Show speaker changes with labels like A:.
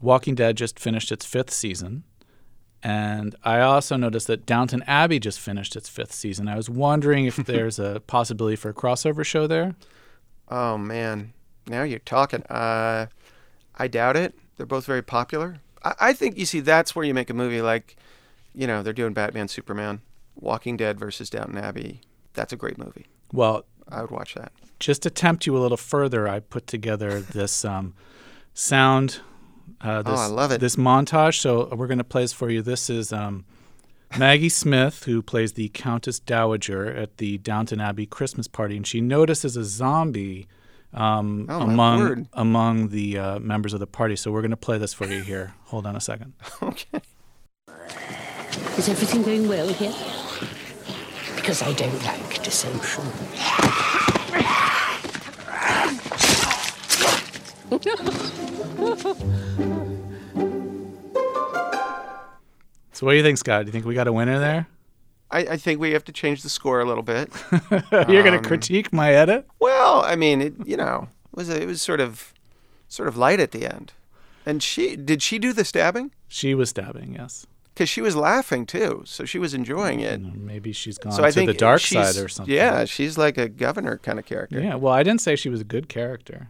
A: Walking Dead just finished its fifth season. And I also noticed that Downton Abbey just finished its fifth season. I was wondering if there's a possibility for a crossover show there.
B: Oh man, now you're talking. Uh, I doubt it. They're both very popular. I, I think you see that's where you make a movie like, you know, they're doing Batman, Superman, Walking Dead versus Downton Abbey. That's a great movie.
A: Well,
B: I would watch that.
A: just to tempt you a little further, I put together this um, sound. Uh,
B: Oh,
A: this,
B: I love it.
A: This montage. So uh, we're going to play this for you. This is um, Maggie Smith, who plays the Countess Dowager at the Downton Abbey Christmas party, and she notices a zombie um,
B: Oh, my
A: among
B: word.
A: among the uh, members of the party. So we're going to play this for you here. Hold on a second.
B: okay.
C: Is everything going well here?
D: Because I don't like dissension.
A: So what do you think, Scott? Do you think we got a winner there?
B: I, I think we have to change the score a little bit.
A: You're
B: Um,
A: going to critique my edit?
B: well, I mean, it, you know, it was a, it was sort of, sort of light at the end. And she did she do the stabbing?
A: She was stabbing. Yes.
B: Because she was laughing too, so she was enjoying it.
A: Maybe she's gone
B: So
A: to
B: I think
A: the dark
B: she's-
A: side or something.
B: Yeah, she's like a governor kind of character.
A: Yeah, well, I didn't say she was a good character.